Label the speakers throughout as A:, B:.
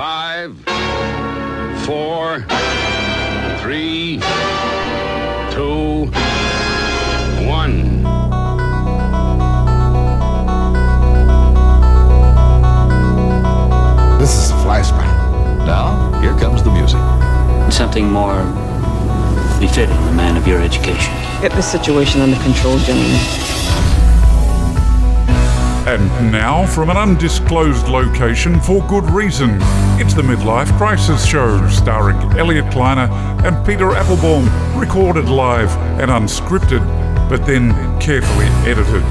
A: Five, four, three, two, one.
B: This is a fly spot.
C: Now, here comes the music.
D: something more befitting a man of your education.
E: Get the situation under control, gentlemen.
F: And now, from an undisclosed location for good reason, it's the Midlife Crisis Show, starring Elliot Kleiner and Peter Applebaum, recorded live and unscripted, but then carefully edited.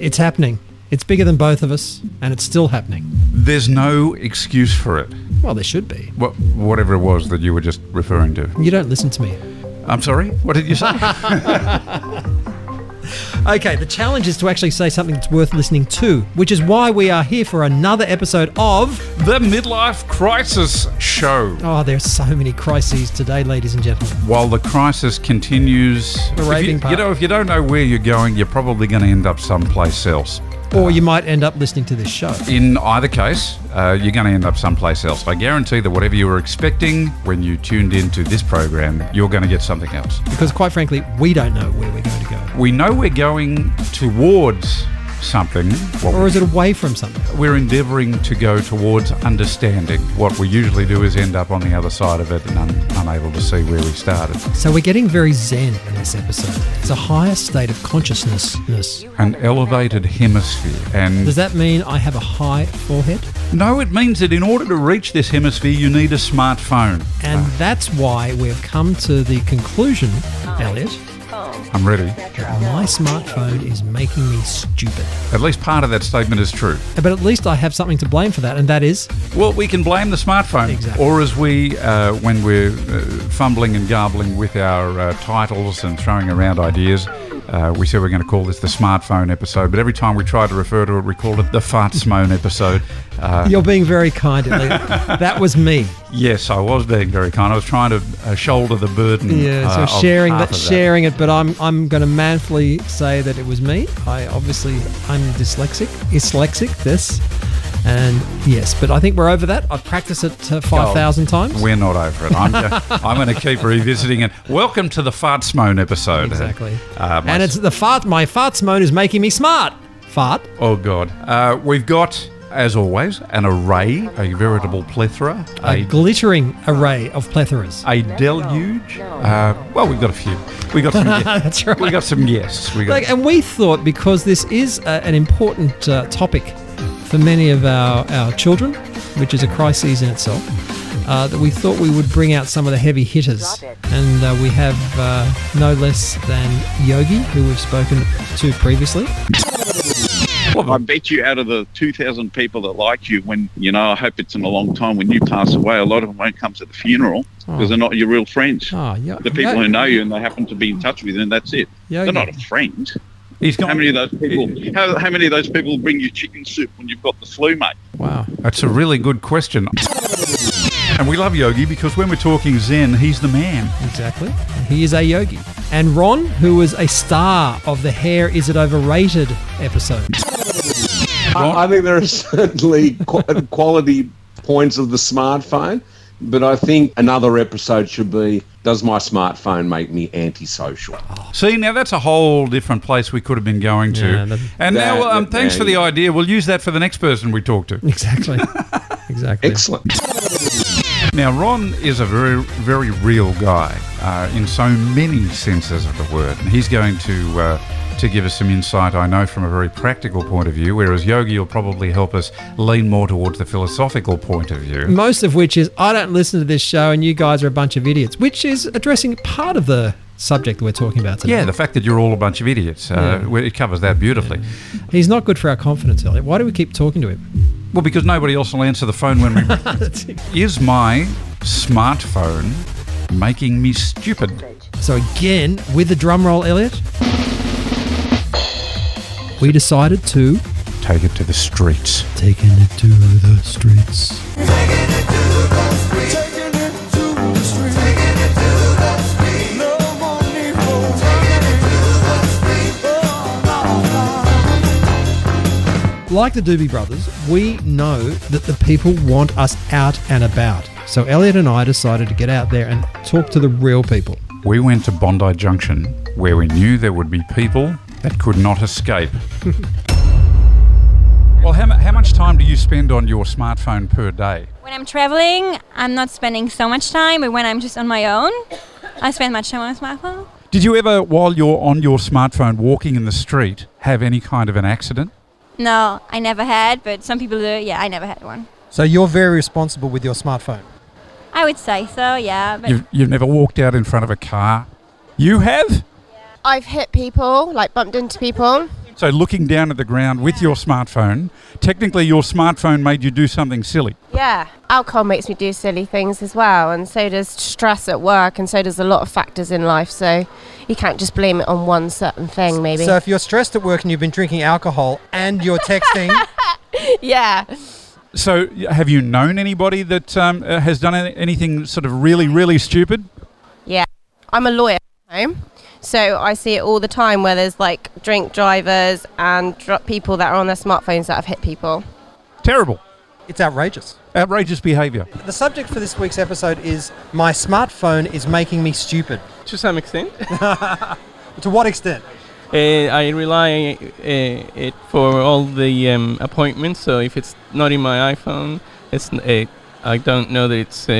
G: It's happening. It's bigger than both of us, and it's still happening.
F: There's no excuse for it.
G: Well, there should be.
F: What, whatever it was that you were just referring to.
G: You don't listen to me.
F: I'm sorry? What did you say?
G: Okay, the challenge is to actually say something that's worth listening to, which is why we are here for another episode of.
F: the Midlife Crisis Show.
G: Oh, there are so many crises today, ladies and gentlemen.
F: While the crisis continues,
G: The
F: if
G: raving
F: you, you
G: part.
F: know, if you don't know where you're going, you're probably going to end up someplace else.
G: Or you might end up listening to this show.
F: In either case, uh, you're going to end up someplace else. I guarantee that whatever you were expecting when you tuned into this program, you're going to get something else.
G: Because quite frankly, we don't know where we're going to go.
F: We know we're going towards something. What
G: Or
F: we-
G: is it away from something?
F: we're endeavouring to go towards understanding. What we usually do is end up on the other side of it and un- unable to see where we started.
G: So we're getting very zen in this episode. It's a higher state of consciousness.
F: An elevated hemisphere. And
G: Does that mean I have a high forehead?
F: No, it means that in order to reach this hemisphere, you need a smartphone.
G: And that's why we've come to the conclusion,
F: Oh,
G: Elliot,
F: I'm ready.
G: that my smartphone is making me stupid.
F: At least part of that statement is true.
G: But at least I have something to blame for that, and that is
F: Well, we can blame the smartphone.
G: Exactly.
F: Or as we, uh, when we're uh, fumbling and garbling with our uh, titles and throwing around ideas, uh, we said we're going to call this the smartphone episode. But every time we tried to refer to it, we called it the fartsmone episode. Uh,
G: you're being very kind, Elliot. that was me.
F: yes, I was being very kind. I was trying to uh, shoulder the burden.
G: Yeah,
F: uh,
G: so
F: of
G: sharing
F: half
G: that,
F: of
G: sharing it, but I'm I'm going to manfully say that it was me. I obviously I'm dyslexic, dyslexic this, and yes, but I think we're over that. I've practiced it uh, five thousand times.
F: We're not over it. I'm, go- I'm going to keep revisiting it. Welcome to the Fartsmoan episode.
G: Exactly.
F: Uh, my-
G: and it's the fart. My farts moan is making me smart. Fart.
F: oh God, uh, we've got as always an array, a veritable plethora,
G: A
F: a
G: glittering array of plethoras.
F: a deluge. Uh, well, we've got a few. We got some.
G: That's right.
F: We got some guests. We got.
G: Like, uh, and we thought because this is uh an important uh, topic for many of our, our children, which is a crisis in itself, uh, that we thought we would bring out some of the heavy hitters. And uh, we have uh, no less than Yogi, who we've spoken to previously.
H: I bet you out of the 2,000 people that like you, when, you know, I hope it's in a long time, when you pass away, a lot of them won't come to the funeral because they're not your real friends.
G: Ah, Yo-
H: The people
G: Yo-
H: who know you and they happen to be in touch with you, and that's it.
G: Yeah,
H: they're
G: yeah.
H: not a friend.
F: he's got.
H: How many of those people? How, how many of those people bring you chicken soup when you've got the flu, mate?
G: Wow.
F: That's a really good question. And we love Yogi because when we're talking Zen, he's the man.
G: Exactly. He is a yogi. And Ron, who was a star of the Hair Is It Overrated episode.
I: I, I think there are certainly qu- quality points of the smartphone, but I think another episode should be Does my smartphone make me antisocial?
F: See, now that's a whole different place we could have been going to.
G: Yeah, that-
F: and
I: That-
F: now, um,
I: that-
F: thanks
I: yeah,
F: for the
I: yeah.
F: idea. We'll use that for the next person we talk to.
G: Exactly. Exactly.
I: Excellent.
F: Now, Ron is a very, very real guy uh, in so many senses of the word, and he's going to uh, to give us some insight. I know from a very practical point of view, whereas Yogi will probably help us lean more towards the philosophical point of view.
G: most of which is I don't listen to this show and you guys are a bunch of idiots, which is addressing part of the subject that we're talking about today.
F: Yeah, the fact that you're all a bunch of idiots, uh, well, it covers that beautifully.
G: He's not good for our confidence, Elliot. Why do we keep talking to him?
F: Well, because nobody else will answer the phone when we. Is my smartphone making me stupid?
G: so again, with the drum roll, Elliot, we decided to
F: Take it to the streets.
G: taking it to the streets.
J: Taking it Oh,
K: like the Doobie Brothers, we know that the people want us out and about. So Elliot and I decided to get out there and talk to the real people.
F: We went to Bondi Junction, where we knew there would be people that could not escape. well, how, mu- how much time do you spend on your smartphone per day?
L: When I'm traveling, I'm not spending so much time, but when I'm just on my own, I spend much time on my smartphone.
F: Did you ever, while you're on your smartphone walking in the street, have any kind of an accident?
L: No, I never had, but some people do. Yeah, I never had one.
G: So you're very responsible with your smartphone.
L: I would say so, yeah. But
F: You've, you've never walked out in front of a car? You have?
M: I've hit people, like bumped into people.
F: So, looking down at the ground with your smartphone, technically your smartphone made you do something silly.
M: Yeah. Alcohol makes me do silly things as well, and so does stress at work, and so does a lot of factors in life. So you can't just blame it on one certain thing, maybe.
G: So if you're stressed at work and you've been drinking alcohol and you're texting,
M: yeah.
F: So, y- have you known anybody that um, uh, has done any- anything sort of really, really stupid?
M: Yeah. I'm a lawyer at home, so I see it all the time where there's like drink drivers and dr- people that are on their smartphones that have hit people.
F: Terrible,
G: it's outrageous.
F: outrageous behaviour.
G: The subject for this week's episode is My Smartphone is Making Me Stupid.
N: to some extent.
G: To what extent?
N: Uh, I rely uh, it for all the um, appointments. So if it's not in my iPhone, it's n- uh, I don't know that it's uh,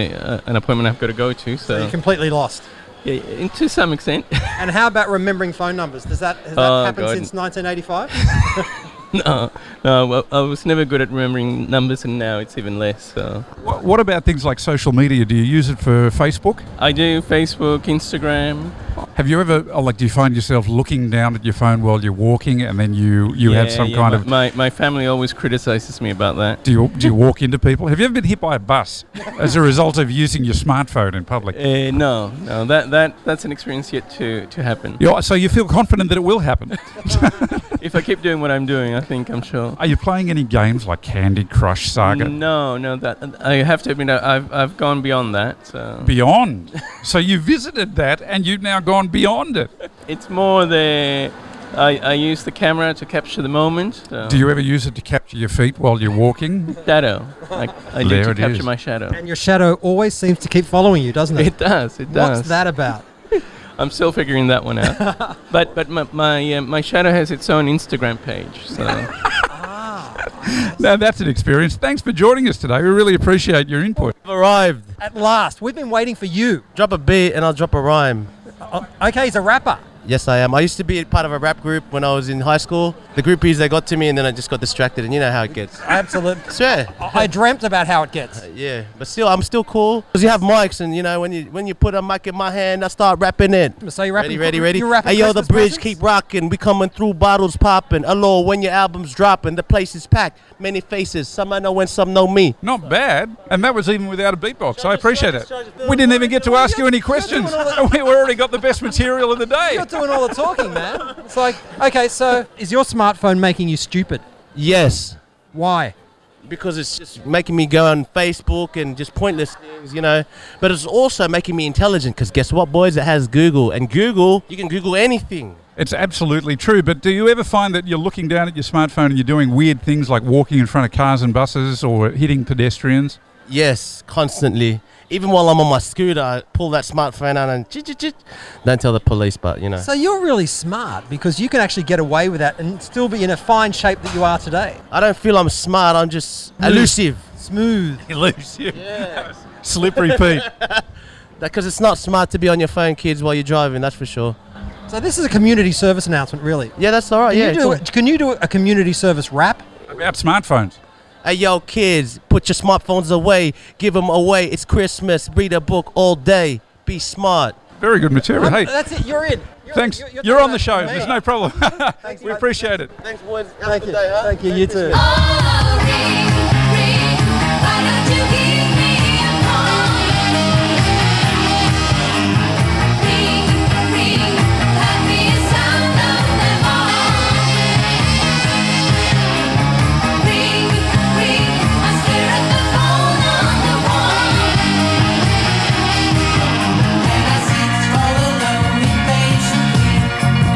N: uh, an appointment I've got to go to.
G: So
N: So,
G: you're completely lost.
N: yeah, and to some extent,
G: And how about remembering phone numbers? Does that has that
N: Oh,
G: happened
N: God.
G: since 1985?
N: no, no. Well, I was never good at remembering numbers, and now it's even less. So
F: Wh- What about things like social media? Do you use it for Facebook?
N: I do Facebook, Instagram.
F: Have you ever, oh, like, do you find yourself looking down at your phone while you're walking, and then you you have
N: Yeah,
F: some
N: yeah,
F: kind
N: my,
F: of?
N: my my family always criticizes me about that.
F: do you do you walk into people? Have you ever been hit by a bus as a result of using your smartphone in public?
N: Uh, no, no, that that that's an experience yet to to happen.
F: You're, so you feel confident that it will happen.
N: If I keep doing what I'm doing, I think I'm sure.
F: Are you playing any games like Candy Crush Saga?
N: No, no, that I have to admit, I- I've I've gone beyond that. So
F: Beyond. so you visited that, and you've now gone beyond it.
N: it's more the I, I use the camera to capture the moment. So.
F: Do you ever use it to capture your feet while you're walking?
N: shadow? Like I do
F: There
N: to
F: it
N: capture
F: is.
N: my shadow.
G: and your shadow always seems to keep following you, doesn't it?
N: It does. It does.
G: What's that about?
N: I'm still figuring that one out. but but my my, uh, my shadow has its own Instagram page. So I've
F: now that's an experience. Thanks for joining us today. We really appreciate your input.
H: arrived.
G: At last, we've been waiting for you.
H: Drop a beat and I'll drop a rhyme.
G: O- Okay, he's a rapper.
H: Yes, I am. I used to be part of a rap group when I was in high school. The groupies, they got to me and then I just got distracted, and you know how it gets.
G: Absolute.
H: Swear.
G: I I dreamt about how it gets.
H: Yeah, but still, I'm still cool. Because you have mics, and you know, when you when you put a mic in my hand, I start rapping it.
G: So you
H: Ready,
G: rapping?
H: ready, ready.
G: You rapping
H: Hey, yo, the
G: Christmas
H: bridge
G: presents?
H: keep rocking. We coming through, bottles popping. Hello, when your album's dropping, the place is packed. Many faces. Some I know and some know me.
F: Not bad. And that was even without a beatbox. I appreciate it. We didn't even get to ask you any questions. We already got the best material of the day.
G: You're doing all the talking, man. It's like, okay, so is your smartphone making you stupid?
H: Yes.
G: Why?
H: because it's just making me go on Facebook and just pointless things, you know. But it's also making me intelligent because guess what, boys? It has Google, and Google, you can Google anything.
F: It's absolutely true. But do you ever find that you're looking down at your smartphone and you're doing weird things like walking in front of cars and buses or hitting pedestrians?
H: Yes, constantly. Even while I'm on my scooter, I pull that smartphone out and chit, chit, chit. don't tell the police, but you know.
G: So you're really smart because you can actually get away with that and still be in a fine shape that you are today.
H: I don't feel I'm smart. I'm just elusive.
G: Smooth.
F: Elusive. Slippery Pete.
H: Because it's not smart to be on your phone, kids, while you're driving. That's for sure.
G: So this is a community service announcement, really.
H: Yeah, that's all right.
G: Can
H: yeah.
G: you do,
H: cool.
G: can you do a community service rap?
F: About smartphones.
H: Hey yo, kids, put your smartphones away. Give them away. It's Christmas. Read a book all day. Be smart.
F: Very good material. Hey,
G: That's it. You're in. You're,
F: thanks.
G: you're-
F: You're,
G: doing
F: on the
G: that
F: show.
G: for me.
F: There's no problem. we appreciate it.
H: Thanks, boys.
G: Thank you. Thank you. You too.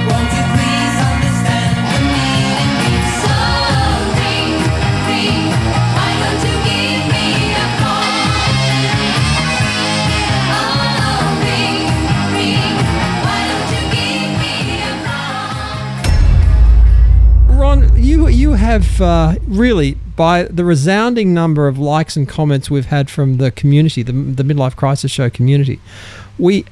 O: Won't you please understand the meaning? So ring,
G: have uh, really, by the resounding number of likes and comments we've had from the community, the, the Midlife Crisis Show community, we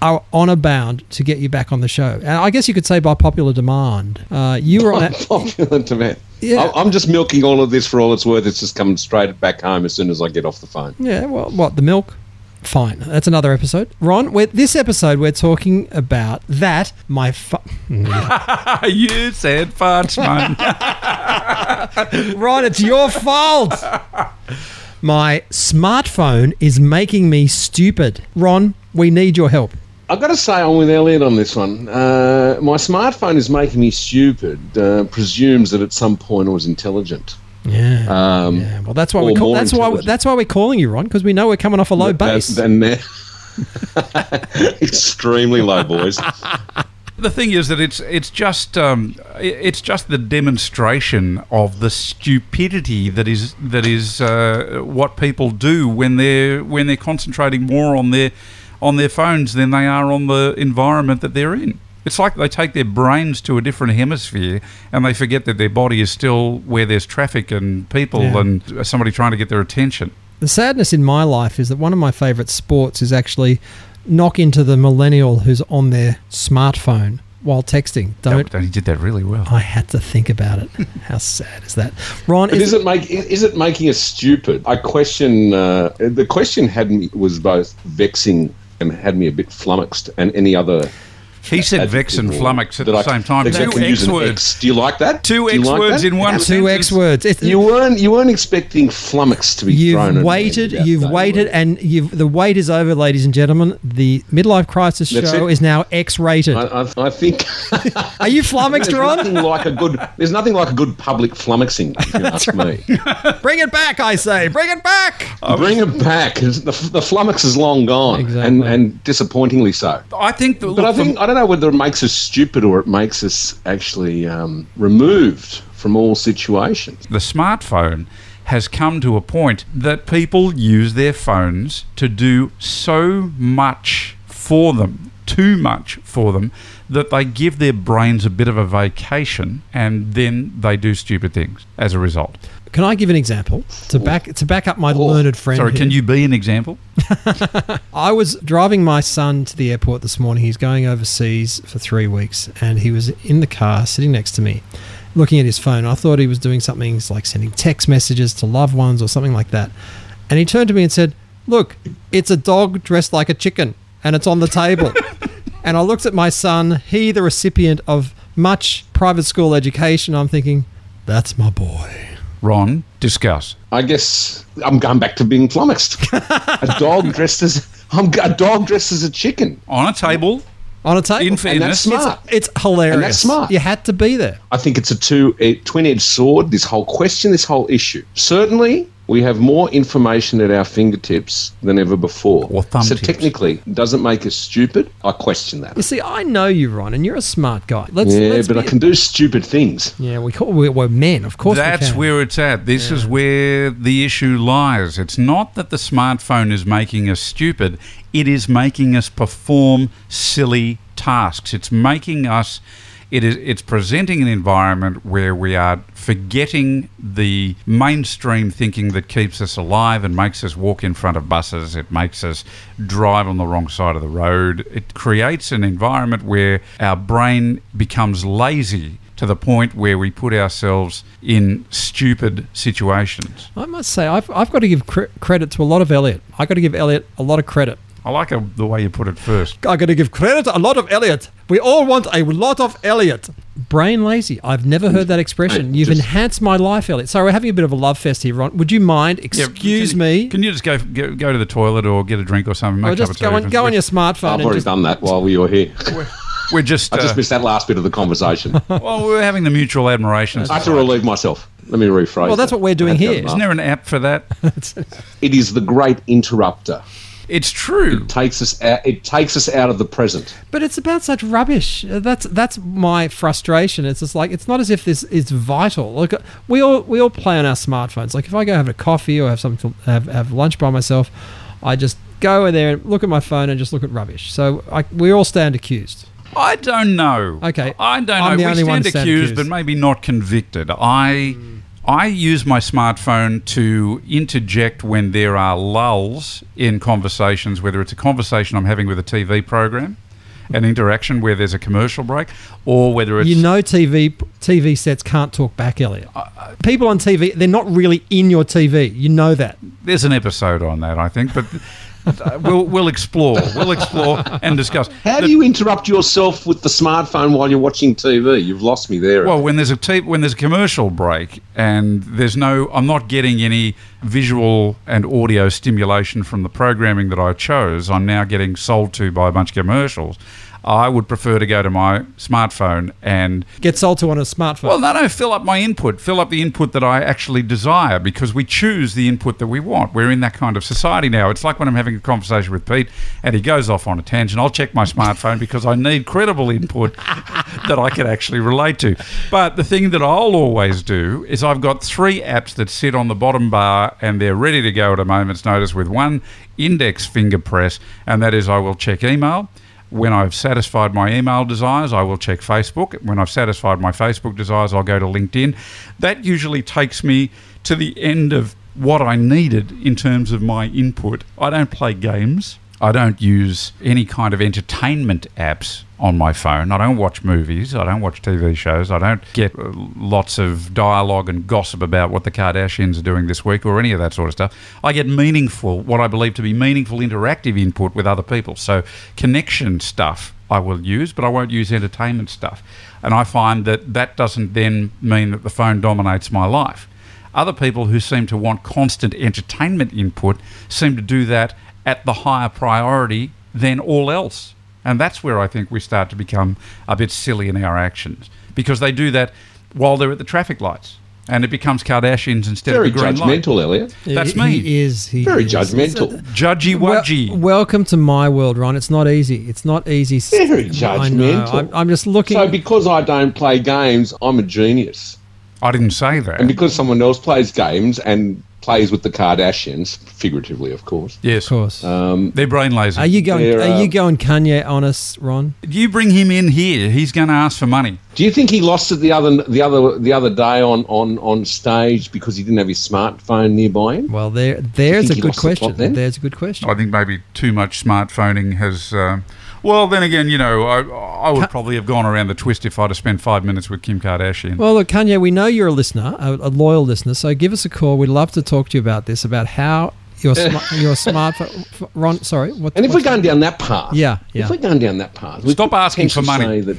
G: are honor bound to get you back on the show. And I guess you could say by popular demand. Uh, you were on that.
I: popular demand.
G: Yeah.
I: I- I'm just milking all of this for all it's worth. It's just coming straight back home as soon as I get off the phone.
G: Yeah, well, what, the milk? Fine. That's another episode. Ron, we this episode, we're talking about that. My. Fu-
F: you said farts, man.
G: Ron, it's your fault. My smartphone is making me stupid. Ron, we need your help.
I: I've got to say, I'm with Elliot on this one. Uh, my smartphone is making me stupid. Uh, presumes that at some point I was intelligent.
G: Yeah.
I: Um,
G: Well, that's why
I: or
G: we call,
I: more
G: that's why
I: intelligent.
G: that's why we're calling you, Ron, because we know we're coming off a low
I: That- that-
G: base.
I: then there- Extremely low, boys.
F: The thing is that it's it's just um, i- it's just the demonstration of the stupidity that is that is uh, what people do when they're when they're concentrating more on their on their phones than they are on the environment that they're in. It's like they take their brains to a different hemisphere and they forget that their body is still where there's traffic and people
G: Yeah.
F: and uh, somebody trying to get their attention.
G: The sadness in my life is that one of my favourite sports is actually knock into the millennial who's on their smartphone while texting. Don't.
F: He did that really well.
G: I had to think about it. How sad is that? Ron,
I: But is
G: is,
I: it make is it making us stupid? I question uh, the question had me was both vexing and had me a bit flummoxed, and any other.
F: He said vex and flummox at
I: that
F: the
I: I-
F: same time.
I: that I
F: Two
I: can use an
F: X words.
I: X. Do you like that?
F: Two
I: Do you
F: X
I: like
F: words
I: that?
F: in one Two
G: sentence. X words. It's-
I: you weren't you weren't expecting flummox to be thrown. at
G: You've
I: me
G: waited,
I: about
G: you've
I: that.
G: waited, and you've the wait is over, ladies and gentlemen. The midlife crisis
I: That's
G: show
I: it.
G: is now X-rated.
I: I, I, I think.
G: Are you flummoxed,
I: there's
G: Ron?
I: nothing like a good. There's nothing like a good public flummoxing. If you ask me.
G: Bring it back, I say. Bring it back.
I: Bring it back. The, the flummox is long gone, and and disappointingly so.
F: I think. The,
I: But I think I don't know whether it makes us stupid or it makes us actually um, removed from all situations.
F: The smartphone has come to a point that people use their phones to do so much for them, too much for them, that they give their brains a bit of a vacation and then they do stupid things as a result.
G: Can I give an example to back to back up my
I: Oh,
G: learned friend?
F: Sorry, can
G: here?
F: you be an example?
G: I was driving my son to the airport this morning. He's going overseas for three weeks, and he was in the car sitting next to me, looking at his phone. I thought he was doing something like sending text messages to loved ones or something like that. And he turned to me and said, Look, it's a dog dressed like a chicken, and it's on the table. and I looked at my son, he, the recipient of much private school education. I'm thinking, That's my boy.
F: Ron, discuss.
I: I guess I'm going back to being flummoxed. a dog dressed as I'm a dog dressed as a chicken.
F: On a table.
G: On a table.
F: In
I: and that's
F: fairness.
I: smart.
G: It's, hilarious.
I: And that's smart.
G: You had to be there.
I: I think it's a two a twin-edged sword. This whole question, this whole issue. Certainly, we have more information at our fingertips than ever before. Or
F: thumb
I: so
F: tips.
I: technically, does it make us stupid? I question that.
G: You see, I know you, Ron, and you're a smart guy. Let's,
I: yeah,
G: let's
I: but
G: be-
I: I can do stupid things.
G: Yeah, we call, we're, we're men, of course. we
F: That's
G: can.
F: where it's at. This is where the issue lies. It's not that the smartphone is making us stupid, it is making us perform silly tasks. It's making us it is it's presenting an environment where we are forgetting the mainstream thinking that keeps us alive and makes us walk in front of buses, it makes us drive on the wrong side of the road. It creates an environment where our brain becomes lazy to the point where we put ourselves in stupid situations.
G: I must say, I've, I've got to give cre- credit to a lot of Elliot. I've got to give Elliot a lot of credit.
F: I like uh, the way you put it first.
G: I've got to give credit to a lot of Elliot. We all want a lot of Elliot. Brain lazy. I've never heard that expression. You've enhanced my life, Elliot. Sorry, we're having a bit of a love fest here, Ron. Would you mind?
F: Yeah, can
G: Excuse
F: you-
G: me.
F: Can you just go, go go to the toilet or get a drink or something?
G: Or
F: make a cup
G: just
F: of tea
G: go
F: or
G: on,
F: something?
G: go on your
I: I've
G: smartphone and
I: already
G: just
I: done that while we were here.
F: We're just.
I: I
F: uh,
I: just missed that last bit of the conversation.
F: well, we're having the mutual admiration.
I: I have to relieve myself. Let me rephrase.
F: Well, that's
I: that.
F: what we're doing
I: I had
F: here.
I: done that.
F: Isn't there an app for that?
I: It is the great interrupter.
F: It's true. It
I: takes us out, it takes us out of the present.
G: But it's about such rubbish. Uh, That's that's my frustration. It's just like it's not as if this is vital. Look, we all we all play on our smartphones. Like if I go have a coffee or have something to have, have lunch by myself, I just go in there and look at my phone and just look at rubbish. So I, we all stand accused.
F: I don't know.
G: Okay.
F: I don't
G: I'm
F: know.
G: the
F: we
G: only one
F: stand
G: stand
F: accused,
G: accused.
F: but maybe not convicted. I I use my smartphone to interject when there are lulls in conversations, whether it's a conversation I'm having with a TV program, an interaction where there's a commercial break, or whether it's
G: You know, TV TV sets can't talk back, Elliot. People on TV, they're not really in your TV. You know that.
F: there's an episode on that, I think, but. uh, we'll, we'll explore. We'll explore and discuss.
I: How do you interrupt yourself with the smartphone while you're watching TV? You've lost me there.
F: Well, when there's a t- when there's a commercial break and there's no, I'm not getting any visual and audio stimulation from the programming that I chose. I'm now getting sold to by a bunch of commercials. I would prefer to go to my smartphone and
G: Get sold to on a smartphone.
F: well, no, no, fill up my input, fill up the input that I actually desire because we choose the input that we want. We're in that kind of society now. It's like when I'm having a conversation with Pete and he goes off on a tangent, I'll check my smartphone because I need credible input that I can actually relate to. But the thing that I'll always do is I've got three apps that sit on the bottom bar and they're ready to go at a moment's notice with one index finger press, and that is I will check email. When I've satisfied my email desires, I will check Facebook. When I've satisfied my Facebook desires, I'll go to LinkedIn. That usually takes me to the end of what I needed in terms of my input. I don't play games. I don't use any kind of entertainment apps on my phone. I don't watch movies. I don't watch TV shows. I don't get uh, lots of dialogue and gossip about what the Kardashians are doing this week or any of that sort of stuff. I get meaningful, what I believe to be meaningful interactive input with other people. So connection stuff I will use, but I won't use entertainment stuff. And I find that that doesn't then mean that the phone dominates my life. Other people who seem to want constant entertainment input seem to do that at the higher priority than all else. And that's where I think we start to become a bit silly in our actions because they do that while they're at the traffic lights. And it becomes Kardashians instead
I: Very
F: of the green
I: judgmental,
F: light.
I: Elliot.
F: That's
G: He-
F: me.
G: He is. He
I: Very
G: is.
I: judgmental.
F: Judgy wudgy.
G: Well, welcome to my world, Ron. It's not easy. It's not easy.
I: Very
G: I know.
I: judgmental.
G: I'm, I'm just looking.
I: So because I don't play games, I'm a genius.
F: I didn't say that.
I: And because someone else plays games and plays with the Kardashians, figuratively, of course.
F: Yes, of
G: course.
I: Um,
F: they're brain lazy.
G: are you going?
I: They're,
G: Are
I: uh,
G: you going Kanye on us, Ron?
F: You bring him in here, he's going to ask for money.
I: Do you think he lost it the other the other the other day on, on, on stage because he didn't have his smartphone nearby him?
G: Well, there there's
I: think
G: a
I: he
G: good
I: lost the plot
G: question.
I: then?
G: There's a good question.
F: I think maybe too much smartphoning has. Um, well, then again, you know, I, I would probably have gone around the twist if I'd have spent five minutes with Kim Kardashian.
G: Well, look, Kanye, we know you're a listener, a, a loyal listener. So give us a call. We'd love to talk to you about this, about how your sm- your smartphone, Ron. Sorry, what?
I: And if we're
G: what's-
I: going down that path,
G: Yeah, yeah.
I: if we're going down that path, we
F: Stop
I: could
F: asking for
I: potentially say
F: money.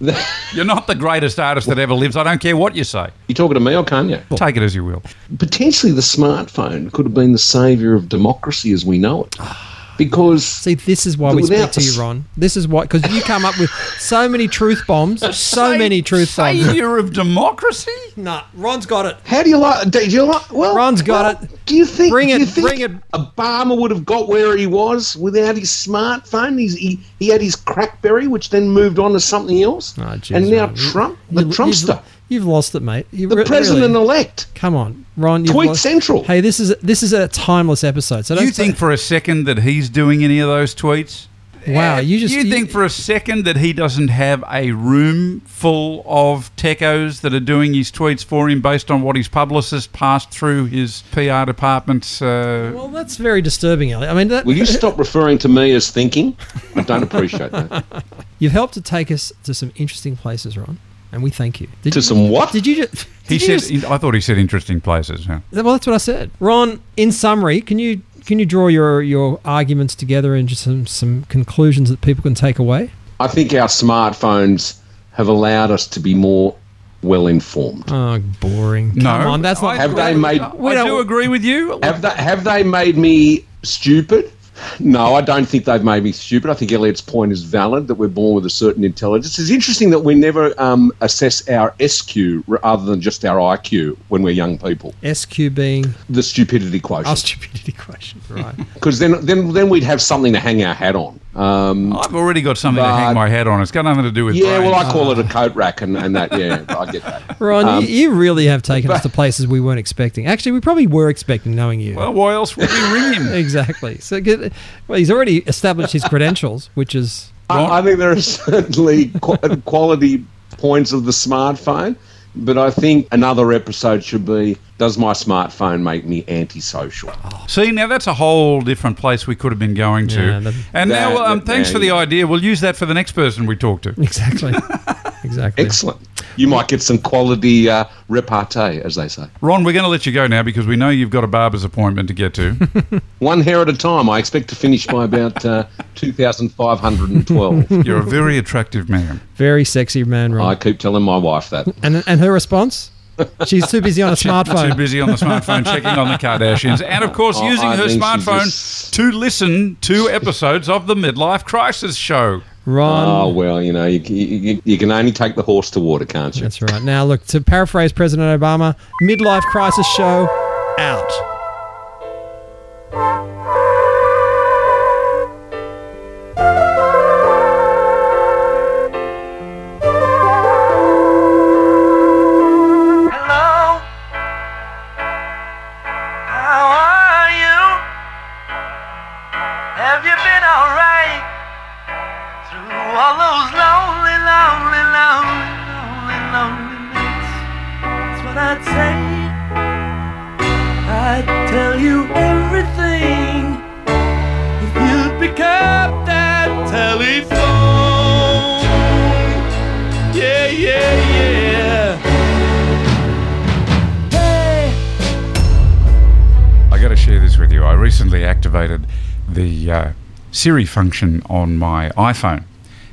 I: that-
F: You're not the greatest artist that ever lives. I don't care what you say.
I: you talking to me or Kanye?
F: Take it as you will.
I: Potentially, the smartphone could have been the savior of democracy as we know it,
G: Ah.
I: because
G: See, this is why we
I: Without
G: speak to
I: the
G: you,
I: s-
G: Ron. This is why, because you come up with so many truth bombs, so many truth bombs.
F: Savior of democracy?
G: Nah, Ron's got it.
I: how do you like? Do you like? Well,
G: Ron's got
I: well,
G: it.
I: Do you think?
G: Bring
I: do
G: it,
I: you think
G: bring it.
I: Obama would have got where he was without his smartphone. He's, he he had his crackberry, which then moved on to something else,
G: Ah, jeez,
I: and now
G: Ron, you-
I: Trump, the
G: you-
I: Trumpster,
G: You've, you've lost it, mate. You
I: the
G: re-
I: president
G: really.
I: elect.
G: Come on, Ron. You've
I: Tweet
G: lost-
I: Central.
G: Hey, this is this is a timeless episode. So
F: Do
G: don't
F: you
G: say-
F: think for a second that he's doing any of those tweets?
G: Wow, you just
F: you, think for a second that he doesn't have a room full of techos that are doing his tweets for him based on what his publicist passed through his PR department's? Uh,
G: Well, that's very disturbing, Elliot. I mean, that,
I: Will you stop referring to me as thinking? I don't appreciate that.
G: you've helped to take us to some interesting places, Ron, and we thank you. Did
I: To
G: you,
I: some what?
G: Did you just?
F: he
G: did you
F: said.
G: just-
F: I thought he said interesting places. Yeah.
G: Well, that's what I said, Ron. In summary, can you can you draw your your arguments together and just some some conclusions that people can take away?
I: I think our smartphones have allowed us to be more well informed.
G: Oh, boring.
F: No.
G: Come on, that's not.
I: Have they made
G: we
F: I
G: don't-
F: do agree with you.
I: have they have they made me stupid? No, I don't think they've made me stupid. I think Elliot's point is valid that we're born with a certain intelligence. It's interesting that we never um, assess our SQ rather than just our IQ when we're young people.
G: SQ being
I: The stupidity
G: our
I: quotient,
G: stupidity question, right?
I: because then then then we'd have something to hang our hat on. Um,
F: I've already got something to hang my hat on. It's got nothing to do with.
I: yeah, well, I
F: brains.
I: call it a coat rack and, and that. Yeah, I get that.
G: Ron,
I: Um,
G: you, you really have taken us to places we weren't expecting. Actually, we probably were expecting knowing you.
F: Well, why else would we ring him?
G: exactly. So, get, well, he's already established his credentials, which is
I: I, I think there are certainly qu- quality points of the smartphone, but I think another episode should be Does my smartphone make me antisocial?
F: See, now that's a whole different place we could have been going to.
I: Yeah, that-
F: and now,
I: That-
F: um,
I: that-
F: thanks
I: yeah,
F: for the
I: yeah.
F: idea. We'll use that for the next person we talk to.
G: Exactly. exactly.
I: Excellent. You might get some quality uh, repartee, as they say.
F: Ron, we're going to let you go now because we know you've got a barber's appointment to get to.
I: One hair at a time. I expect to finish by about uh, 2,512.
F: You're a very attractive man.
G: very sexy man, Ron.
I: I keep telling my wife that.
G: And and her response? She's too busy on a smartphone.
F: Too busy on the smartphone checking on the Kardashians. And of course,
I: Oh,
F: using
I: I
F: her
I: think she
F: smartphone to listen to episodes of the Midlife Crisis Show.
G: Ron.
I: Oh, well, you know, you, you, you can only take the horse to water, can't you?
G: That's right. Now, look, to paraphrase President Obama, midlife crisis show out.
O: Hello? How are you? Have you been alright? Through all those lonely, lonely, lonely, lonely, lonely nights. That's what I'd say. I'd tell you everything if you'd pick up that telephone. Yeah, yeah, yeah. Hey!
F: I got to share this with you. I recently activated the uh, Siri function on my iPhone.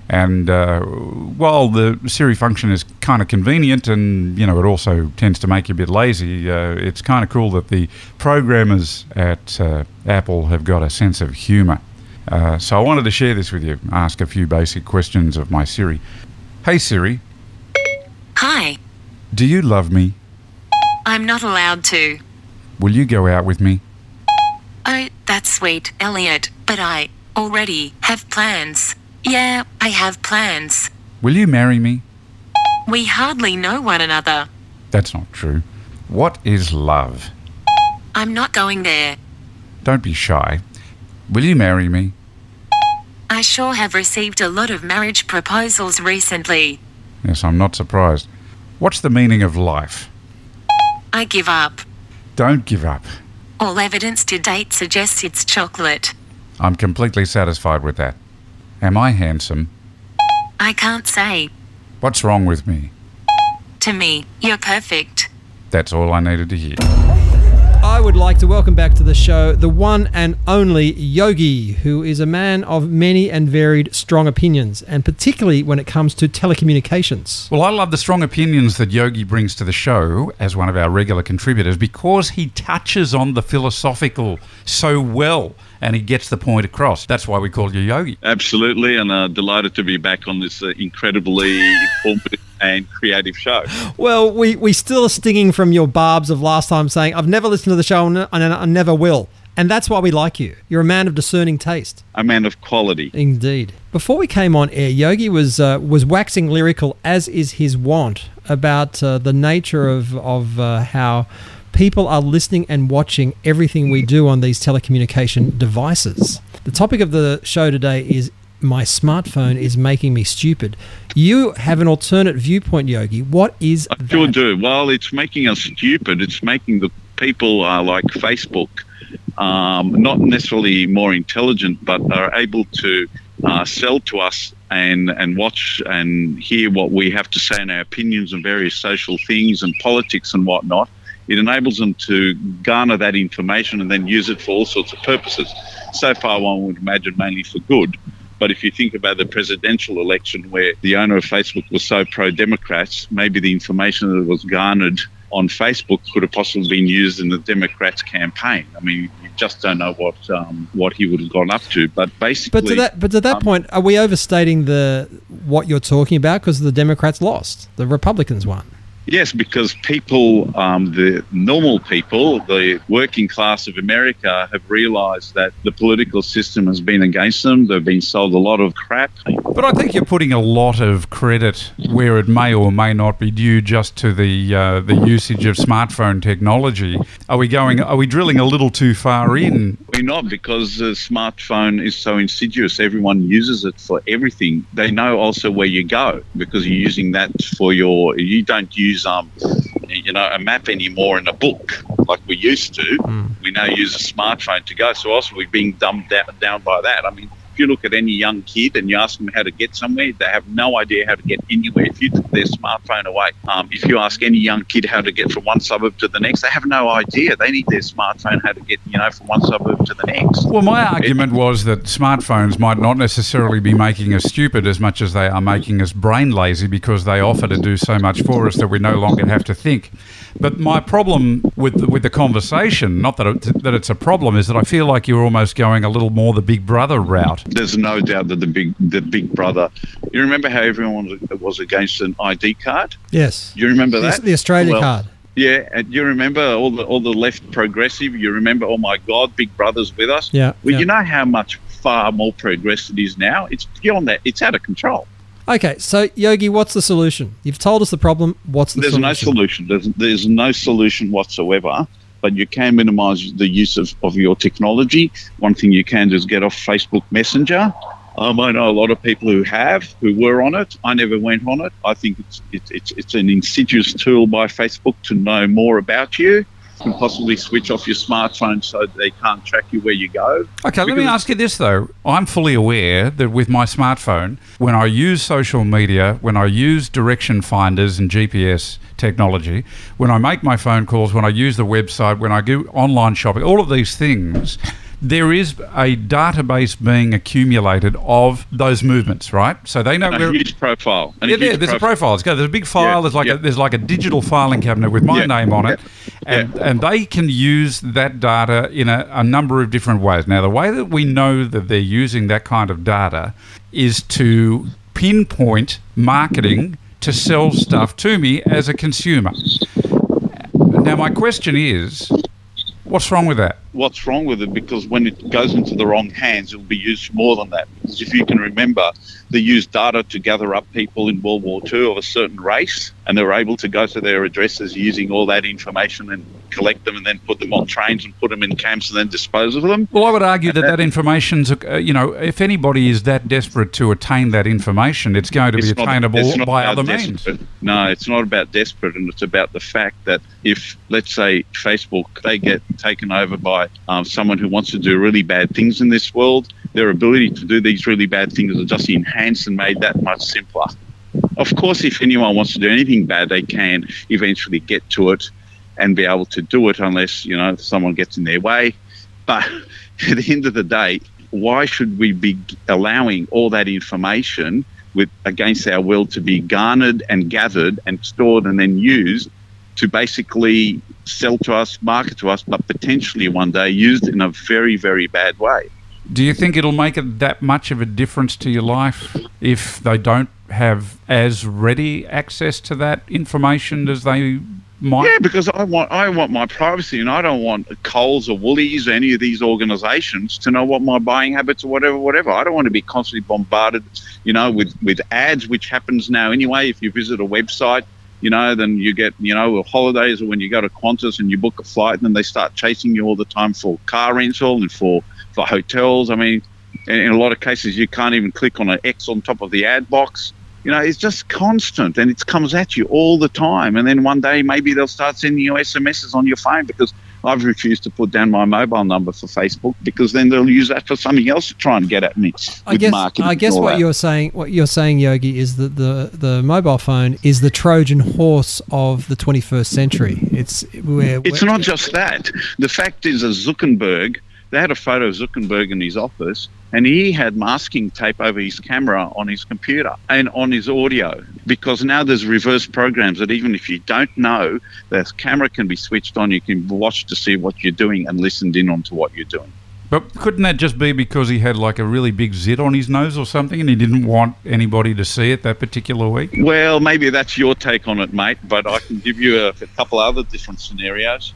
F: And uh, while the Siri function is kind of convenient and, you know, it also tends to make you a bit lazy, uh, it's kind of cool that the programmers at uh, Apple have got a sense of humor. Uh, so I wanted to share this with you, ask a few basic questions of my Siri. Hey Siri,
P: Hi,
F: do you love me?
P: I'm not allowed to.
F: Will you go out with me?
P: Oh, that's sweet, Elliot, but I already have plans. Yeah, I have plans.
F: Will you marry me?
P: We hardly know one another.
F: That's not true. What is love?
P: I'm not going there.
F: Don't be shy. Will you marry me?
P: I sure have received a lot of marriage proposals recently.
F: Yes, I'm not surprised. What's the meaning of life?
P: I give up.
F: Don't give up.
P: All evidence to date suggests it's chocolate.
F: I'm completely satisfied with that. Am I handsome?
P: I can't say.
F: What's wrong with me?
P: To me, you're perfect.
F: That's all I needed to hear.
G: I would like to welcome back to the show the one and only Yogi, who is a man of many and varied strong opinions, and particularly when it comes to telecommunications.
F: Well, I love the strong opinions that Yogi brings to the show as one of our regular contributors because he touches on the philosophical so well and he gets the point across. That's why we call you Yogi.
H: Absolutely, and uh, delighted to be back on this uh, incredibly informative and creative show.
G: Well, we, we still are stinging from your barbs of last time saying, I've never listened to the show and I, and I never will. And that's why we like you. You're a man of discerning taste.
H: A man of quality.
G: Indeed. Before we came on air, Yogi was uh, was waxing lyrical, as is his wont, about uh, the nature of of uh, how people are listening and watching everything we do on these telecommunication devices. The topic of the show today is my smartphone is making me stupid. You have an alternate viewpoint, Yogi. What is
H: Sure do. Well, it's making us stupid. It's making the people uh, like Facebook um, not necessarily more intelligent, but are able to uh, sell to us and and watch and hear what we have to say and our opinions on various social things and politics and whatnot. It enables them to garner that information and then use it for all sorts of purposes. So far, one would imagine mainly for good. But if you think about the presidential election where the owner of Facebook was so pro Democrats, maybe the information that was garnered on Facebook could have possibly been used in the Democrats' campaign. I mean, you just don't know what um, what he would have gone up to. But basically,
G: But to that, but to that
H: Um,
G: point, are we overstating the what you're talking about? Because the Democrats lost, the Republicans won.
H: Yes, because people, um, the normal people, the working class of America, have realised that the political system has been against them. They've been sold a lot of crap.
F: But I think you're putting a lot of credit where it may or may not be due, just to the uh, the usage of smartphone technology. Are we going? Are we drilling a little too far in?
H: We're not because the smartphone is so insidious. Everyone uses it for everything. They know also where you go because you're using that for your. You don't use um, you know, a map anymore in a book like we used to. We now use a smartphone to go. So also we're being dumbed da- down by that. I mean, if you look at any young kid and you ask them how to get somewhere, they have no idea how to get anywhere. If you took their smartphone away, um, if you ask any young kid how to get from one suburb to the next, they have no idea. They need their smartphone how to get, you know, from one suburb to the next.
F: Well, my argument was that smartphones might not necessarily be making us stupid as much as they are making us brain lazy because they offer to do so much for us that we no longer have to think. But my problem with the, with the conversation, not that it, that it's a problem, is that I feel like you're almost going a little more the Big Brother route.
H: There's no doubt that the big the Big Brother. You remember how everyone was- was against an ID card?
G: Yes.
H: You remember
G: The-
H: that?
G: the Australia
H: Well,
G: card.
H: Yeah, and you remember all the all the left progressive. You remember, oh my God, Big Brother's with us.
G: Yeah,
H: Well,
G: yeah.
H: you know how much far more progressive it is now. It's beyond that. It's out of control.
G: Okay, so Yogi, what's the solution? You've told us the problem. What's the
H: There's
G: solution?
H: no solution. There's, there's no solution whatsoever. But you can minimize the use of, of your technology. One thing you can do is get off Facebook Messenger. Um, I know a lot of people who have, who were on it. I never went on it. I think it's it's it's, it's an insidious tool by Facebook to know more about you and possibly switch off your smartphone so they can't track you where you go.
F: Okay, let me
H: Because-
F: ask you this though. I'm fully aware that with my smartphone, when I use social media, when I use direction finders and GPS technology, when I make my phone calls, when I use the website, when I do online shopping, all of these things, there is a database being accumulated of those movements, right? So they know
H: And a
F: where
H: huge profile. And
F: yeah,
H: huge
F: there, there's
H: profile.
F: a profile. It's got, there's a big file. there's like a, there's like a digital filing cabinet with my
H: Yeah,
F: name on it, and and they can use that data in a, a number of different ways. Now, the way that we know that they're using that kind of data is to pinpoint marketing to sell stuff to me as a consumer. Now, my question is, what's wrong with that?
H: what's wrong with it because when it goes into the wrong hands, it'll be used for more than that. Because if you can remember, they used data to gather up people in World War II of a certain race, and they were able to go to their addresses using all that information and collect them and then put them on trains and put them in camps and then dispose of them.
F: Well, I would argue that that information's, uh, you know, if anybody is that desperate to attain that information, it's going to be
H: It's not-
F: attainable
H: it's not
F: by
H: about
F: other means.
H: desperate. No, it's not about desperate, and it's about the fact that if, let's say, Facebook, they get taken over by um, someone who wants to do really bad things in this world, their ability to do these really bad things are just enhanced and made that much simpler. Of course, if anyone wants to do anything bad, they can eventually get to it and be able to do it unless, you know, someone gets in their way. But at the end of the day, why should we be allowing all that information with against our will to be garnered and gathered and stored and then used to basically sell to us, market to us, but potentially one day used in a very, very bad way?
F: Do you think it'll make it that much of a difference to your life if they don't have as ready access to that information as they might?
H: Yeah, because I want I want my privacy, and I don't want Coles or Woolies or any of these organisations to know what my buying habits or whatever, whatever. I don't want to be constantly bombarded, you know, with with ads, which happens now anyway. If you visit a website, you know, then you get you know holidays, or when you go to Qantas and you book a flight, and then they start chasing you all the time for car rental and for for hotels. I mean, in, in a lot of cases, you can't even click on an X on top of the ad box. You know, it's just constant and it comes at you all the time. And then one day, maybe they'll start sending you SMSs on your phone because I've refused to put down my mobile number for Facebook because then they'll use that for something else to try and get at me with
G: I guess
H: marketing.
G: I guess
H: and all
G: what
H: that.
G: you're saying what you're saying Yogi is that the the mobile phone is the Trojan horse of the 21st century. It's where
H: It's not just that. The fact is, that Zuckerberg, they had a photo of Zuckerberg in his office, and he had masking tape over his camera on his computer and on his audio because now there's reverse programs that even if you don't know, the camera can be switched on. You can watch to see what you're doing and listened in onto what you're doing.
F: But couldn't that just be because he had like a really big zit on his nose or something and he didn't want anybody to see it that particular week?
H: Well, maybe that's your take on it, mate, but I can give you a, a couple other different scenarios.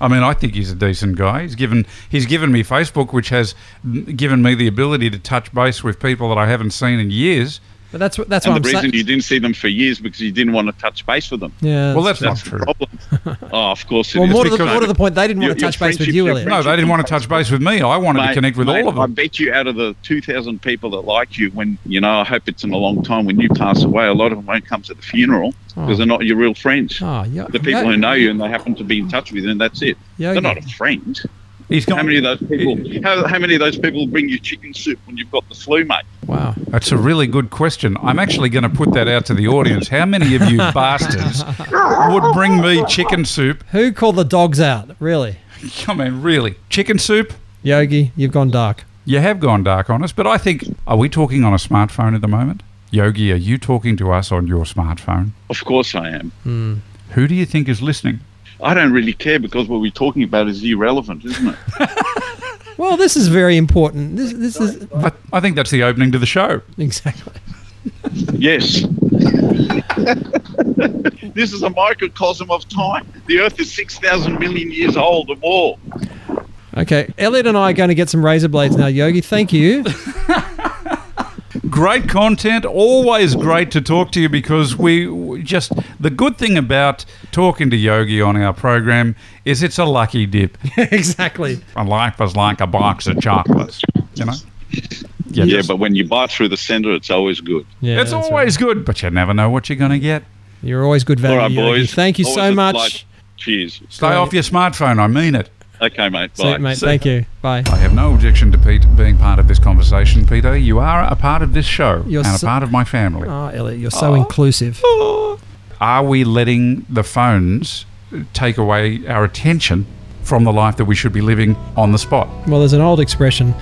F: I mean, I think he's a decent guy. He's given he's given me Facebook, which has mm, given me the ability to touch base with people that I haven't seen in years.
G: But that's what that's
H: and
G: what
H: the
G: I'm
H: reason
G: saying.
H: you didn't see them for years because you didn't want to touch base with them.
G: Yeah,
F: Well, that's not
H: the problem. oh, of course. it
G: Well,
H: is,
G: more to, the,
H: because-
G: more to the point, they didn't
H: Your-
G: want to
H: your
G: touch base with
H: friendship-
G: you,
H: your
G: Elliot.
F: No, they didn't want to touch base with me. I wanted to
H: Mate,
F: connect with
H: mate,
F: all of
H: I
F: them.
H: bet you out of the 2,000 people that like you, when, you know, I hope it's in a long time, when you pass away, a lot of them won't come to the funeral because
G: Oh.
H: they're not your real friends.
G: Oh, yeah.
H: The people
G: yeah.
H: who know you and they happen to be in touch with you, and that's it.
G: Yeah,
H: they're
G: yeah.
H: not a friend.
F: He's
H: how many of those people? How, how many of those people bring you chicken soup when you've got the flu, mate?
G: Wow.
F: That's a really good question. I'm actually going to put that out to the audience. How many of you bastards would bring me chicken soup?
G: Who called the dogs out? Really,
F: Come on, really? Chicken soup?
G: Yogi, you've gone dark.
F: You have gone dark on us, but I think, are we talking on a smartphone at the moment? Yogi, are you talking to us on your smartphone?
H: Of course I am.
F: Who do you think is listening?
H: I don't really care because what we're talking about is irrelevant, isn't it?
G: Well, this is very important. This this is
F: I, I think that's the opening to the show.
G: exactly.
H: Yes. this is a microcosm of time. The Earth is 6,000 million years old or more.
G: Okay, Elliot and I are going to get some razor blades now. Yogi, thank you.
F: Great content, always great to talk to you because we we just the good thing about talking to Yogi on our program is it's a lucky dip.
G: exactly.
F: And life is like a box of chocolates, you know.
H: Yeah, but when you bite through the center, it's always good.
G: Yeah,
F: it's
G: that's
F: always good, but you never know what you're going to get.
G: You're always good
H: All
G: value.
H: right,
G: Yogi.
H: boys.
G: Thank you
H: Always
G: so
H: a
G: much.
H: delight. Cheers.
F: Stay off your smartphone. I mean it.
H: Okay, mate.
G: See
H: Bye.
G: you, mate. Thank you. Bye.
F: I have no objection to Pete being part of this conversation. Peter, you are a part of this show
G: You're
F: and
G: so-
F: a part of my family.
G: Oh, Elliot, you're
H: Ah.
G: so inclusive.
F: Are we letting the phones take away our attention from the life that we should be living on the spot?
G: Well, there's an old expression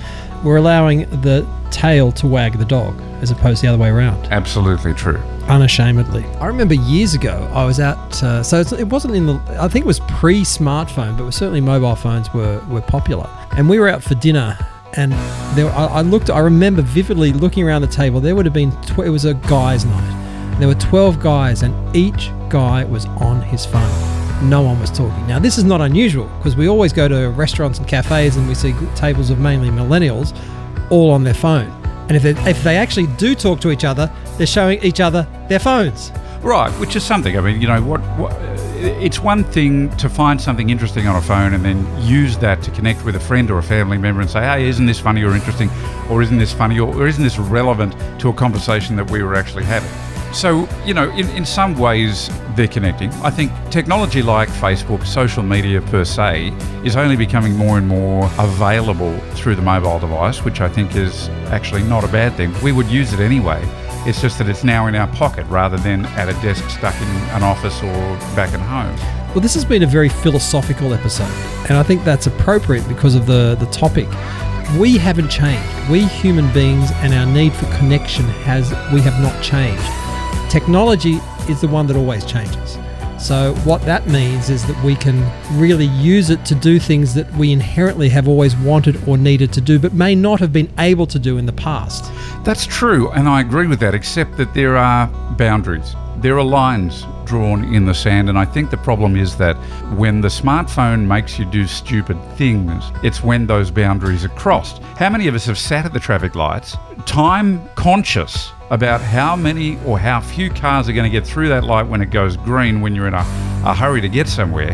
G: we're allowing the tail to wag the dog as opposed to the other way around,
F: Absolutely true.
G: unashamedly. I remember years ago, I was out, uh, so it's, it wasn't in the, I think it was pre smartphone, but certainly mobile phones were, were popular. And we were out for dinner. And there, I, I looked. I remember vividly looking around the table. There would have been. Tw- it was a guys' night. There were twelve guys, and each guy was on his phone. no one was talking. Now, this is not unusual because we always go to restaurants and cafes and we see g- tables of mainly millennials all on their phone. And if they, if they actually do talk to each other, they're showing each other their phones.
F: Right, which is something. I mean, you know, what, what it's one thing to find something interesting on a phone and then use that to connect with a friend or a family member and say, hey, isn't this funny or interesting? Or isn't this funny or, or isn't this relevant to a conversation that we were actually having? So, you know, in, in some ways they're connecting. I think technology like Facebook, social media per se, is only becoming more and more available through the mobile device, which I think is actually not a bad thing. We would use it anyway. It's just that it's now in our pocket rather than at a desk stuck in an office or back at home.
G: Well, this has been a very philosophical episode, and I think that's appropriate because of the, the topic. We haven't changed. We human beings and our need for connection has we have not changed. Technology is the one that always changes. So what that means is that we can really use it to do things that we inherently have always wanted or needed to do but may not have been able to do in the past.
F: That's true, and I agree with that, except that there are boundaries. There are lines drawn in the sand, and I think the problem is that when the smartphone makes you do stupid things, it's when those boundaries are crossed. How many of us have sat at the traffic lights, time conscious about how many or how few cars are going to get through that light when it goes green when you're in a, a hurry to get somewhere,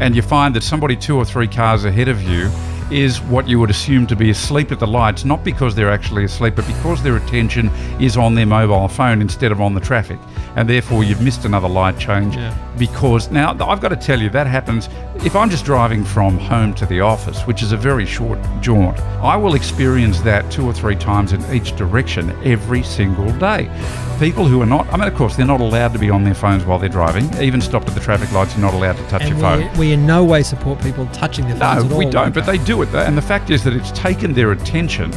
F: and you find that somebody two or three cars ahead of you is what you would assume to be asleep at the lights, not because they're actually asleep, but because their attention is on their mobile phone instead of on the traffic. And therefore, you've missed another light change
G: Yeah.
F: because now th- I've got to tell you, that happens if I'm just driving from home to the office, which is a very short jaunt. I will experience that two or three times in each direction every single day. People who are not, I mean, of course, they're not allowed to be on their phones while they're driving. Even stopped at the traffic lights, you're not allowed to touch your phone.
G: and we, we in no way support people touching their phones
F: No,
G: at all. eh?
F: we don't, but they do it. And the fact is that it's taken their attention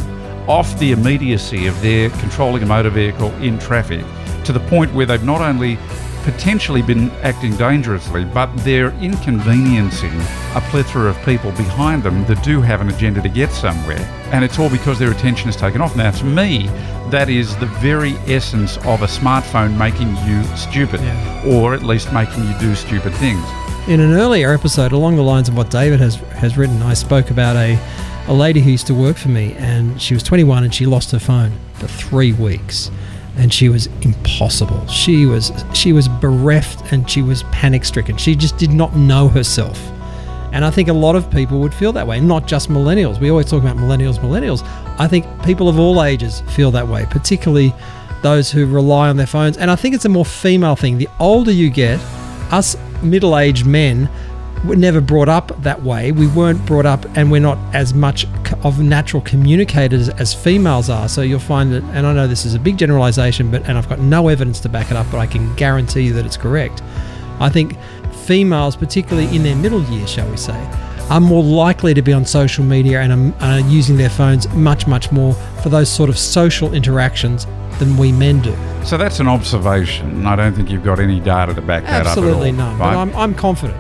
F: off the immediacy of their controlling a motor vehicle in traffic to the point where they've not only potentially been acting dangerously, but they're inconveniencing a plethora of people behind them that do have an agenda to get somewhere. And it's all because their attention is taken off. Now, to me, that is the very essence of a smartphone making you stupid, or at least making you do stupid things.
G: In an earlier episode, along the lines of what David has has written, I spoke about a a lady who used to work for me, and she was 21 and she lost her phone for three weeks, and she was impossible. She was she was bereft and she was panic stricken. She just did not know herself, and I think a lot of people would feel that way. Not just millennials. We always talk about millennials, millennials. I think people of all ages feel that way, particularly those who rely on their phones. And I think it's a more female thing. The older you get, us middle aged men were never brought up that way. We weren't brought up, and we're not as much c- of natural communicators as females are. So you'll find that, and I know this is a big generalization, but and I've got no evidence to back it up, but I can guarantee you that it's correct. I think females, particularly in their middle years, shall we say, are more likely to be on social media and are, are using their phones much, much more for those sort of social interactions than we men do.
F: So that's an observation. I don't think you've got any data to back that
G: Absolutely
F: up. at all,
G: none.
F: right?
G: But I'm, I'm confident.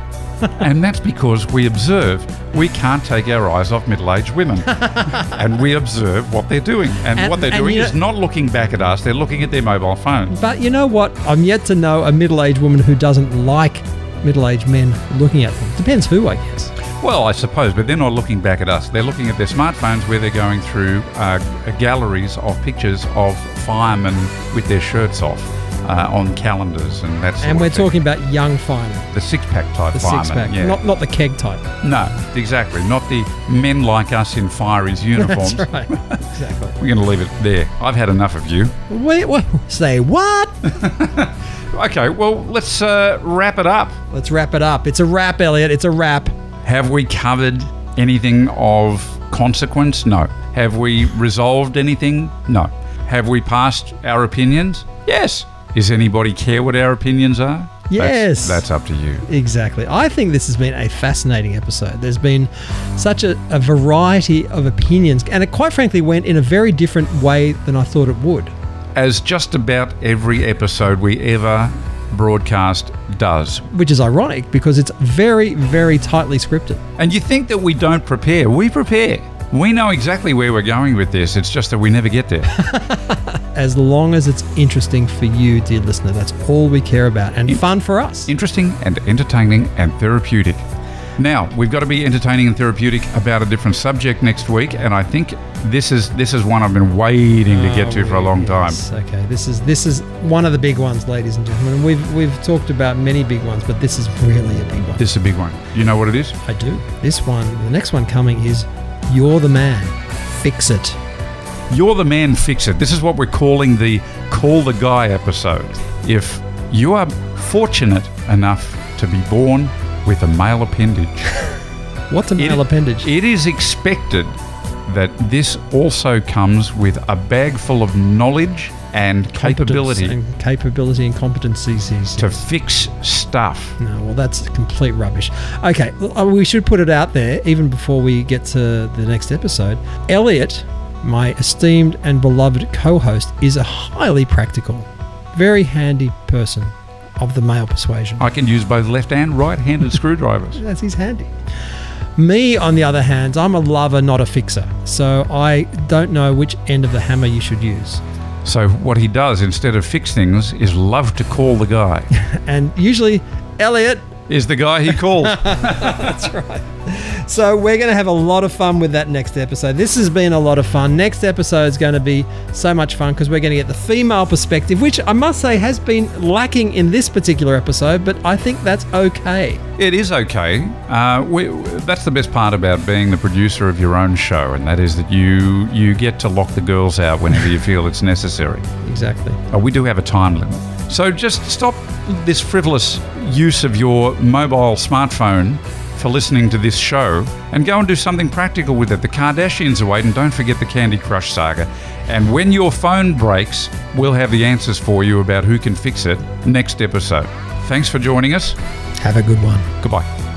F: and that's because we observe. We can't take our eyes off middle-aged women, and we observe what they're doing. And,
G: And-
F: what they're
G: and
F: doing
G: you know-
F: is not looking back at us; they're looking at their mobile phone.
G: But you know what? I'm yet to know a middle aged woman who doesn't like middle aged men looking at them. Depends who, I guess.
F: Well, I suppose, but they're not looking back at us. They're looking at their smartphones, where they're going through uh, galleries of pictures of firemen with their shirts off uh, on calendars, and that's
G: and we're talking about young firemen,
F: the six-pack type
G: the
F: fireman.
G: six pack,
F: yeah.
G: not, not the keg type.
F: No, exactly. Not the men like us in fireys uniforms.
G: That's right. Exactly.
F: We're going to leave it there. I've had enough of you.
G: Wait, what? Say what?
F: Okay, well, let's uh, wrap it up.
G: Let's wrap it up. It's a wrap, Elliot. It's a wrap.
F: Have we covered anything of consequence? No. Have we resolved anything? No. Have we passed our opinions? Yes. Does anybody care what our opinions are?
G: Yes.
F: That's, that's up to you.
G: Exactly. I think this has been a fascinating episode. There's been such a, a variety of opinions, and it quite frankly went in a very different way than I thought it would.
F: As just about every episode we ever broadcast does,
G: which is ironic because it's very, very tightly scripted.
F: And you think that we don't prepare. We prepare. We know exactly where we're going with this. It's just that we never get there.
G: As long as it's interesting for you, dear listener, that's all we care about. And fun for us.
F: Interesting and entertaining and therapeutic. Now, we've got to be entertaining and therapeutic about a different subject next week, and I think this is this is one I've been waiting to get
G: Oh,
F: to for a long time.
G: Okay, this is this is one of the big ones, ladies and gentlemen. And We've we've talked about many big ones, but this is really a big one.
F: This is a big one. You know what it is?
G: I do. This one, the next one coming is You're the Man. Fix it.
F: You're the man, fix it. This is what we're calling the Call the Guy episode. If you are fortunate enough to be born with a male appendage,
G: What's a male appendage?
F: It is expected that this also comes with a bag full of knowledge and capability
G: Competence and capability and competencies. yes,
F: to
G: yes.
F: fix stuff.
G: No, well, that's complete rubbish. Okay, well, uh, we should put it out there even before we get to the next episode. Elliot, my esteemed and beloved co host, is a highly practical, very handy person of the male persuasion.
F: I can use both left and right handed screwdrivers.
G: That's his handy. Me, on the other hand, I'm a lover, not a fixer. So I don't know which end of the hammer you should use.
F: So, what he does instead of fix things is love to call the guy.
G: And usually, Elliot
F: is the guy he calls.
G: That's right. So we're going to have a lot of fun with that next episode. This has been a lot of fun. Next episode is going to be so much fun because we're going to get the female perspective, which I must say has been lacking in this particular episode, but I think that's okay.
F: It is okay. Uh, we, that's the best part about being the producer of your own show, and that is that you you get to lock the girls out whenever you feel it's necessary.
G: Exactly.
F: Uh, we do have a time limit, so just stop this frivolous use of your mobile smartphone for listening to this show, and go and do something practical with it. The Kardashians are waiting. Don't forget the Candy Crush saga, and when your phone breaks, we'll have the answers for you about who can fix it next episode. Thanks for joining us.
G: Have a good one.
F: Goodbye.